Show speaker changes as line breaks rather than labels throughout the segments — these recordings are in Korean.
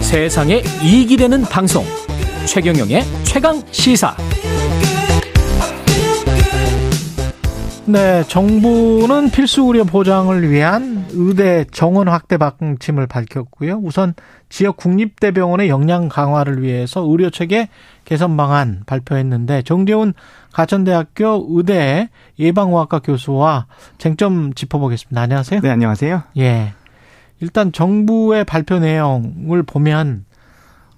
세상에 이익이 되는 방송 최경영의 최강 시사
네, 정부는 필수 의료 보장을 위한 의대 정원 확대 방침을 밝혔고요. 우선 지역 국립대병원의 역량 강화를 위해서 의료 체계 개선 방안 발표했는데 정재훈 가천대학교 의대 예방의학과 교수와 쟁점 짚어보겠습니다. 안녕하세요.
네, 안녕하세요.
예. 일단 정부의 발표 내용을 보면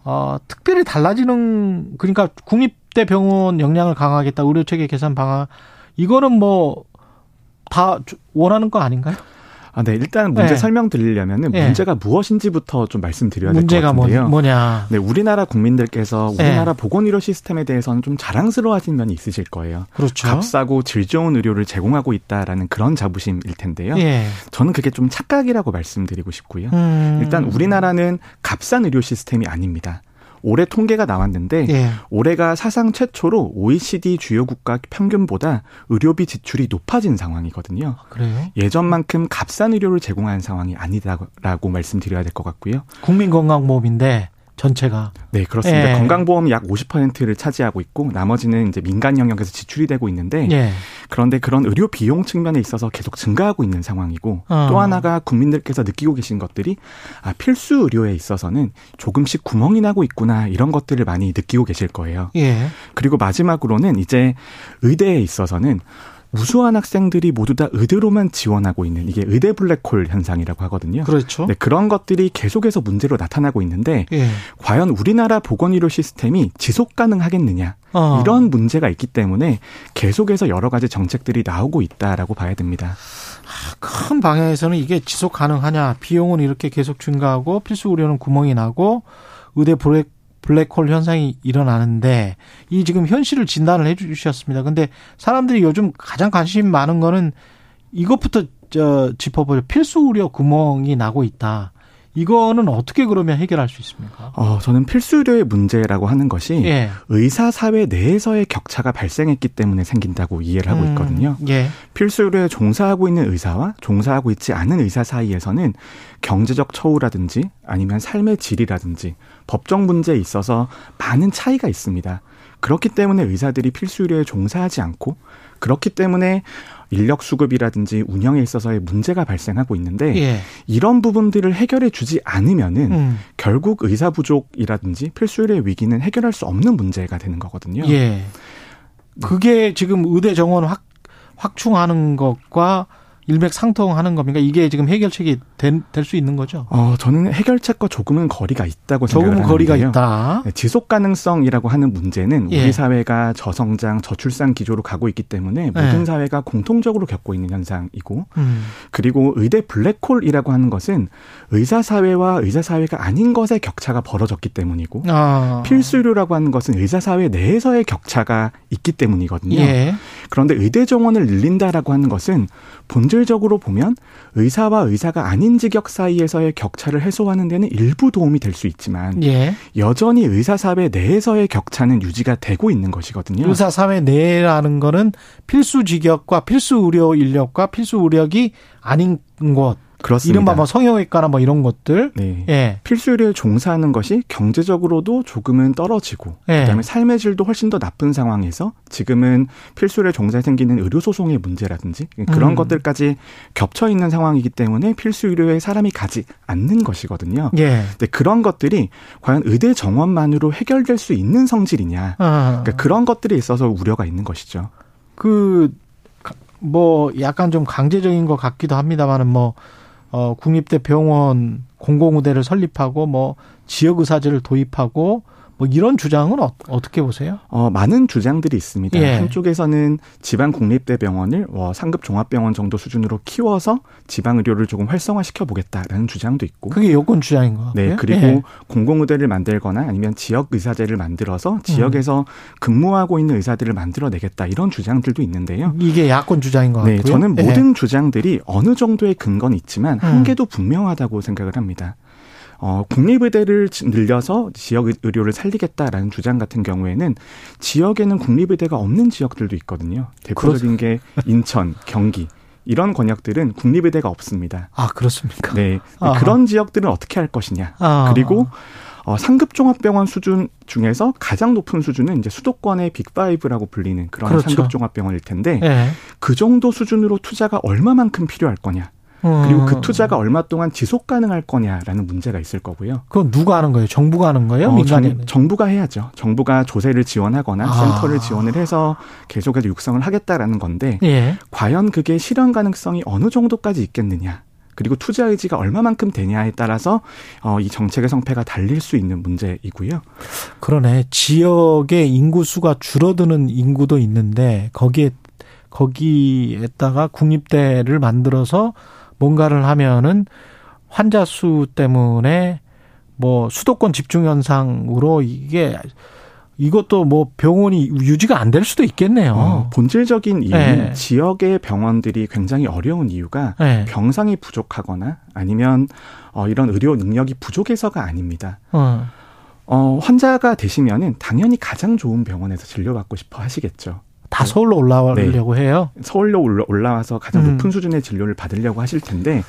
어, 특별히 달라지는 그러니까 국립대병원 역량을 강화하겠다 의료 체계 개선 방안 이거는 뭐 다 원하는 거 아닌가요?
아, 네. 일단 문제
네.
설명드리려면은
네.
문제가 무엇인지부터 좀 말씀드려야 될 것
문제가 뭐,
같은데요.
냐
네, 우리나라 국민들께서
네.
우리나라 보건의료 시스템에 대해서는 좀 자랑스러워하시는 면이 있으실 거예요.
그렇죠.
값싸고 질 좋은 의료를 제공하고 있다라는 그런 자부심일 텐데요.
예.
저는 그게 좀 착각이라고 말씀드리고 싶고요.
음.
일단 우리나라는 값싼 의료 시스템이 아닙니다. 올해 통계가 나왔는데
예.
올해가 사상 최초로 OECD 주요 국가 평균보다 의료비 지출이 높아진 상황이거든요.
그래요?
예전만큼 값싼 의료를 제공하는 상황이 아니다라고 말씀드려야 될 것 같고요.
국민건강보험인데 전체가
네, 그렇습니다.
예.
건강보험 약 50%를 차지하고 있고 나머지는 이제 민간 영역에서 지출이 되고 있는데
예.
그런데 그런 의료 비용 측면에 있어서 계속 증가하고 있는 상황이고
어.
또 하나가 국민들께서 느끼고 계신 것들이 아, 필수 의료에 있어서는 조금씩 구멍이 나고 있구나 이런 것들을 많이 느끼고 계실 거예요.
예.
그리고 마지막으로는 이제 의대에 있어서는 우수한 학생들이 모두 다 의대로만 지원하고 있는 이게 의대 블랙홀 현상이라고 하거든요.
그렇죠.
네, 그런 것들이 계속해서 문제로 나타나고 있는데
예.
과연 우리나라 보건의료 시스템이 지속 가능하겠느냐
어.
이런 문제가 있기 때문에 계속해서 여러 가지 정책들이 나오고 있다라고 봐야 됩니다.
큰 방향에서는 이게 지속 가능하냐 비용은 이렇게 계속 증가하고 필수 의료는 구멍이 나고 의대 블랙 블랙홀 현상이 일어나는데 이 지금 현실을 진단을 해 주셨습니다. 근데 사람들이 요즘 가장 관심 많은 거는 이것부터 저 짚어보죠. 필수 의료 구멍이 나고 있다. 이거는 어떻게 그러면 해결할 수 있습니까?
어, 저는 필수 의료의 문제라고 하는 것이
예.
의사 사회 내에서의 격차가 발생했기 때문에 생긴다고 이해를 하고
음,
있거든요.
예.
필수 의료에 종사하고 있는 의사와 종사하고 있지 않은 의사 사이에서는 경제적 처우라든지 아니면 삶의 질이라든지 법적 문제에 있어서 많은 차이가 있습니다. 그렇기 때문에 의사들이 필수 의료에 종사하지 않고 그렇기 때문에 인력 수급이라든지 운영에 있어서의 문제가 발생하고 있는데
예.
이런 부분들을 해결해 주지 않으면은
음.
결국 의사 부족이라든지 필수 의료의 위기는 해결할 수 없는 문제가 되는 거거든요.
예. 그게 지금 의대 정원 확 확충하는 것과 일맥상통하는 겁니까? 이게 지금 해결책이 될 수 있는 거죠?
어, 저는 해결책과 조금은 거리가 있다고 생각을
조금 거리가
하는데요.
있다.
네, 지속 가능성이라고 하는 문제는
예.
우리 사회가 저성장, 저출산 기조로 가고 있기 때문에
네.
모든 사회가 공통적으로 겪고 있는 현상이고
음.
그리고 의대 블랙홀이라고 하는 것은 의사 사회와 의사 사회가 아닌 것의 격차가 벌어졌기 때문이고
아.
필수 의료라고 하는 것은 의사 사회 내에서의 격차가 있기 때문이거든요.
예.
그런데 의대 정원을 늘린다라고 하는 것은 본질적으로 보면 의사와 의사가 아닌 직역 사이에서의 격차를 해소하는 데는 일부 도움이 될 수 있지만
예.
여전히 의사 사회 내에서의 격차는 유지가 되고 있는 것이거든요.
의사 사회 내라는 거는 필수 직역과 필수 의료 인력과 필수 의력이 아닌 곳.
그렇습니다.
이른바 뭐 성형외과나 뭐 이런 것들.
네.
예.
필수 의료에 종사하는 것이 경제적으로도 조금은 떨어지고
예.
그다음에 삶의 질도 훨씬 더 나쁜 상황에서 지금은 필수 의료에 종사해 생기는 의료 소송의 문제라든지 그런
음.
것들까지 겹쳐 있는 상황이기 때문에 필수 의료에 사람이 가지 않는 것이거든요.
예.
근데 그런 것들이 과연 의대 정원만으로 해결될 수 있는 성질이냐?
아.
그러니까 그런 것들에 있어서 우려가 있는 것이죠.
그 뭐 약간 좀 강제적인 것 같기도 합니다만은 뭐 어, 국립대 병원 공공의대를 설립하고 뭐 지역 의사제를 도입하고 뭐 이런 주장은 어, 어떻게 보세요?
어, 많은 주장들이 있습니다.
예.
한쪽에서는 지방 국립대병원을 어, 상급 종합병원 정도 수준으로 키워서 지방 의료를 조금 활성화시켜 보겠다라는 주장도 있고
그게 여권 주장인 것 같고요.
네, 그리고
예.
공공의대를 만들거나 아니면 지역 의사제를 만들어서
음.
지역에서 근무하고 있는 의사들을 만들어내겠다 이런 주장들도 있는데요.
이게 야권 주장인 것
네,
같고요.
저는
예.
모든 주장들이 어느 정도의 근거는 있지만
음.
한계도 분명하다고 생각을 합니다. 어, 국립의대를 지- 늘려서 지역 의- 의료를 살리겠다라는 주장 같은 경우에는 지역에는 국립의대가 없는 지역들도 있거든요.
그렇죠.
대표적인 게 인천, 경기 이런 권역들은 국립의대가 없습니다.
아 그렇습니까?
네,
아하.
그런 지역들은 어떻게 할 것이냐?
아.
그리고 어, 상급 종합병원 수준 중에서 가장 높은 수준은 이제 수도권의 빅5라고 불리는 그런
그렇죠.
상급 종합병원일 텐데
예.
그 정도 수준으로 투자가 얼마만큼 필요할 거냐 그리고
음. 어.
그 투자가 얼마 동안 지속 가능할 거냐라는 문제가 있을 거고요.
그건 누가 하는 거예요? 정부가 하는 거예요?
어,
네, 민간인? 은
정, 부가 해야죠. 정부가 조세를 지원하거나
아.
센터를 지원을 해서 계속해서 육성을 하겠다라는 건데
예.
과연 그게 실현 가능성이 어느 정도까지 있겠느냐. 그리고 투자 의지가 얼마만큼 되냐에 따라서 어, 이 정책의 성패가 달릴 수 있는 문제이고요.
그러네. 지역의 인구 수가 줄어드는 인구도 있는데 거기에 거기에다가 국립대를 만들어서 뭔가를 하면은 환자 수 때문에 뭐 수도권 집중 현상으로 이게 이것도 뭐 병원이 유지가 안 될 수도 있겠네요.
어, 본질적인 이유는
예.
지역의 병원들이 굉장히 어려운 이유가
네.
병상이 부족하거나 아니면 어, 이런 의료 능력이 부족해서가 아닙니다.
어.
어, 환자가 되시면은 당연히 가장 좋은 병원에서 진료받고 싶어 하시겠죠.
다 서울로 올라오려고 해요.
서울로 올라- 올라와서 가장
음.
높은 수준의 진료를 받으려고 하실 텐데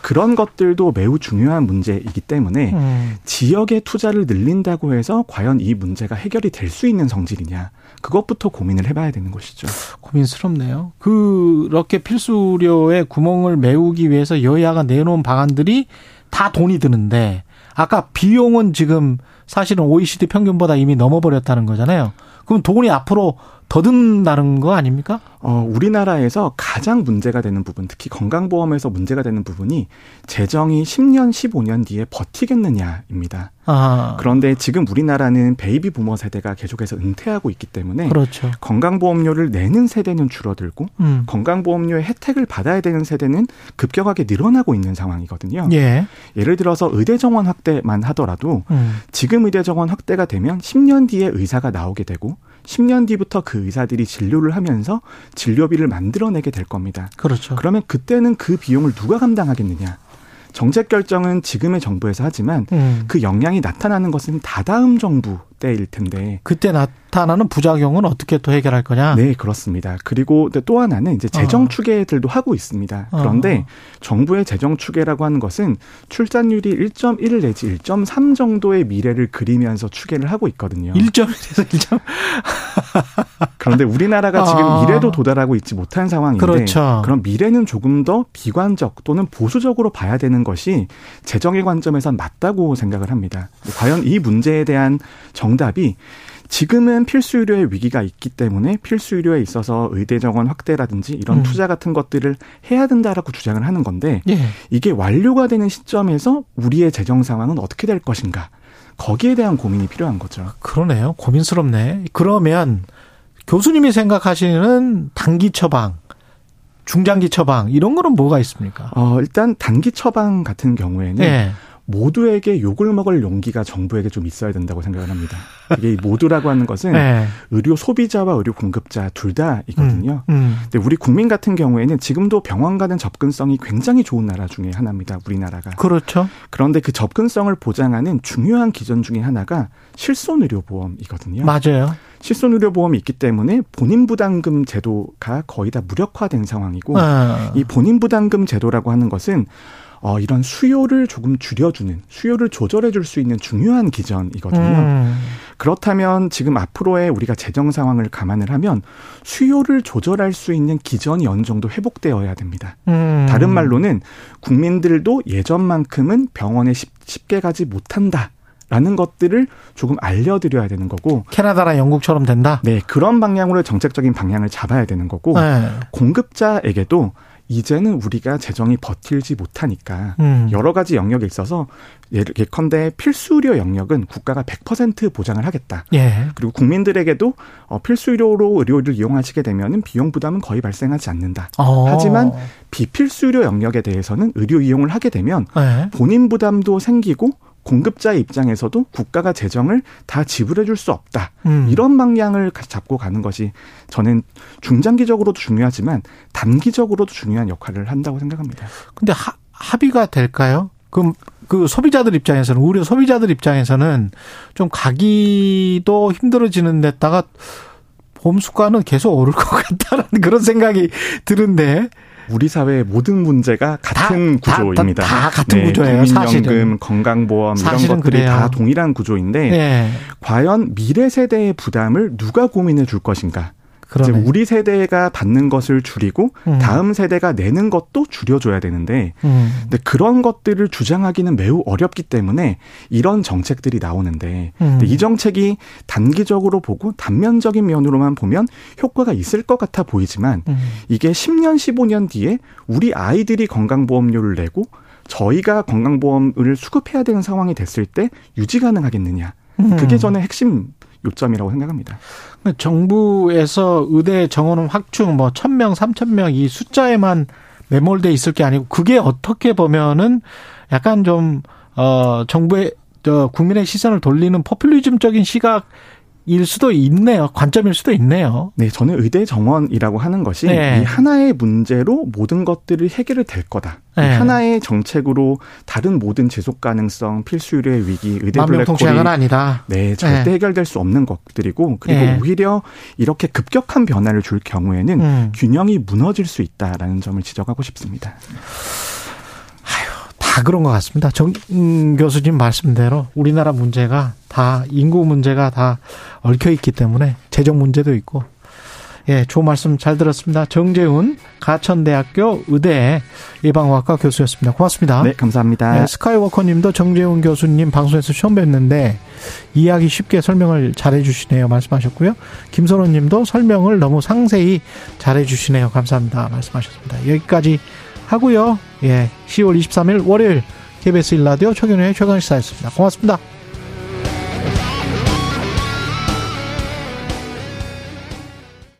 그런 것들도 매우 중요한 문제이기 때문에
음.
지역의 투자를 늘린다고 해서 과연 이 문제가 해결이 될 수 있는 성질이냐 그것부터 고민을 해봐야 되는 것이죠.
고민스럽네요. 그렇게 필수료의 구멍을 메우기 위해서 여야가 내놓은 방안들이 다 돈이 드는데 아까 비용은 지금 사실은 OECD 평균보다 이미 넘어버렸다는 거잖아요. 그럼 돈이 앞으로 더 든다는 거 아닙니까?
어, 우리나라에서 가장 문제가 되는 부분, 특히 건강보험에서 문제가 되는 부분이 재정이 10년, 15년 뒤에 버티겠느냐입니다.
아,
그런데 지금 우리나라는 베이비 부머 세대가 계속해서 은퇴하고 있기 때문에
그렇죠.
건강보험료를 내는 세대는 줄어들고
음.
건강보험료의 혜택을 받아야 되는 세대는 급격하게 늘어나고 있는 상황이거든요.
예.
예를 들어서 의대 정원 확대만 하더라도
음.
지금 의대 정원 확대가 되면 10년 뒤에 의사가 나오게 되고 10년 뒤부터 그 의사들이 진료를 하면서 진료비를 만들어내게 될 겁니다.
그렇죠.
그러면 그때는 그 비용을 누가 감당하겠느냐? 정책 결정은 지금의 정부에서 하지만
음.
그 영향이 나타나는 것은 다다음 정부 때일 텐데.
그때 나타나는 부작용은 어떻게 또 해결할 거냐?
네, 그렇습니다. 그리고 또 하나는 이제
어.
재정 추계들도 하고 있습니다. 그런데 정부의 재정 추계라고 하는 것은 출산율이 1.1 내지 1.3 정도의 미래를 그리면서 추계를 하고 있거든요.
1점에서 1점.
그런데 우리나라가
아.
지금 미래도 도달하고 있지 못한 상황인데
그렇죠.
그럼 미래는 조금 더 비관적 또는 보수적으로 봐야 되는 것이 재정의 관점에선 맞다고 생각을 합니다. 과연 이 문제에 대한 정답이 지금은 필수 의료의 위기가 있기 때문에 필수 의료에 있어서 의대 정원 확대라든지 이런
음.
투자 같은 것들을 해야 된다라고 주장을 하는 건데
예.
이게 완료가 되는 시점에서 우리의 재정 상황은 어떻게 될 것인가 거기에 대한 고민이 필요한 거죠.
그러네요. 고민스럽네. 그러면 교수님이 생각하시는 단기 처방, 중장기 처방 이런 거는 뭐가 있습니까?
어, 일단 단기 처방 같은 경우에는
예.
모두에게 욕을 먹을 용기가 정부에게 좀 있어야 된다고 생각을 합니다. 이게 이 모두라고 하는 것은
예.
의료 소비자와 의료 공급자 둘 다이거든요.
음, 음.
근데 우리 국민 같은 경우에는 지금도 병원 가는 접근성이 굉장히 좋은 나라 중에 하나입니다. 우리나라가.
그렇죠.
그런데 그 접근성을 보장하는 중요한 기준 중에 하나가 실손 의료 보험이거든요.
맞아요.
실손 의료 보험이 있기 때문에 본인 부담금 제도가 거의 다 무력화된 상황이고
어.
이 본인 부담금 제도라고 하는 것은 어, 이런 수요를 조금 줄여주는, 수요를 조절해 줄 수 있는 중요한 기전이거든요.
음.
그렇다면 지금 앞으로의 우리가 재정 상황을 감안을 하면 수요를 조절할 수 있는 기전이 어느 정도 회복되어야 됩니다.
음.
다른 말로는 국민들도 예전만큼은 병원에 쉽, 쉽게 가지 못한다. 라는 것들을 조금 알려드려야 되는 거고,
캐나다나 영국처럼 된다.
네, 그런 방향으로 정책적인 방향을 잡아야 되는 거고,
예.
공급자에게도 이제는 우리가 재정이 버틸지 못하니까
음.
여러 가지 영역에 있어서 예를- 예컨대 필수 의료 영역은 국가가 100% 보장을 하겠다.
예.
그리고 국민들에게도 어, 필수 의료로 의료를 이용하시게 되면은 비용 부담은 거의 발생하지 않는다.
어.
하지만 비필수 의료 영역에 대해서는 의료 이용을 하게 되면
예.
본인 부담도 생기고 공급자 의 입장에서도 국가가 재정을 다 지불해 줄 수 없다.
음.
이런 방향을 가- 잡고 가는 것이 저는 중장기적으로도 중요하지만 단기적으로도 중요한 역할을 한다고 생각합니다.
근데 하, 합의가 될까요? 그럼 그 소비자들 입장에서는 우려 소비자들 입장에서는 좀 가기도 힘들어지는 데다가 봄 수가는 계속 오를 것 같다는 그런 생각이 드는데
우리 사회의 모든 문제가 같은
다- 다-
구조입니다. 네,
다 같은 구조예요,
국민연금,
사실은.
건강보험 이런
사실은
것들이
그래요.
다 동일한 구조인데
예.
과연 미래 세대의 부담을 누가 고민해 줄 것인가? 이제
그러네.
우리 세대가 받는 것을 줄이고
음.
다음 세대가 내는 것도 줄여줘야 되는데
음.
근데 그런 것들을 주장하기는 매우 어렵기 때문에 이런 정책들이 나오는데
음.
근데 이 정책이 단기적으로 보고 단면적인 면으로만 보면 효과가 있을 것 같아 보이지만
음.
이게 10년, 15년 뒤에 우리 아이들이 건강보험료를 내고 저희가 건강보험을 수급해야 되는 상황이 됐을 때 유지 가능하겠느냐.
음.
그게 저는 핵심 요점이라고 생각합니다.
정부에서 의대 정원 확충 뭐 1000명, 3000명 이 숫자에만 매몰돼 있을 게 아니고 그게 어떻게 보면은 약간 좀 어 정부의 저 국민의 시선을 돌리는 포퓰리즘적인 시각일 수도 있네요. 관점일 수도 있네요.
네, 저는 의대 정원이라고 하는 것이
네.
이 하나의 문제로 모든 것들이 해결이 될 거다. 이
네.
하나의 정책으로 다른 모든 지속 가능성, 필수율의 위기, 의대
만명통치약은
블랙홀이
아니다.
네, 절대
네.
해결될 수 없는 것들이고 그리고
네.
오히려 이렇게 급격한 변화를 줄 경우에는
음.
균형이 무너질 수 있다라는 점을 지적하고 싶습니다.
다 그런 것 같습니다. 정 음, 교수님 말씀대로 우리나라 문제가 다 인구 문제가 다 얽혀 있기 때문에 재정 문제도 있고 예, 좋은 말씀 잘 들었습니다. 정재훈 가천대학교 의대 예방의학과 교수였습니다. 고맙습니다.
네, 감사합니다.
예, 스카이워커님도 정재훈 교수님 방송에서 처음 뵀는데 이해하기 쉽게 설명을 잘해주시네요. 말씀하셨고요. 김선호님도 설명을 너무 상세히 잘해주시네요. 감사합니다. 말씀하셨습니다. 여기까지 하고요. 예, 10월 23일 월요일 KBS 일라디오 최경영의 최강시사였습니다. 고맙습니다.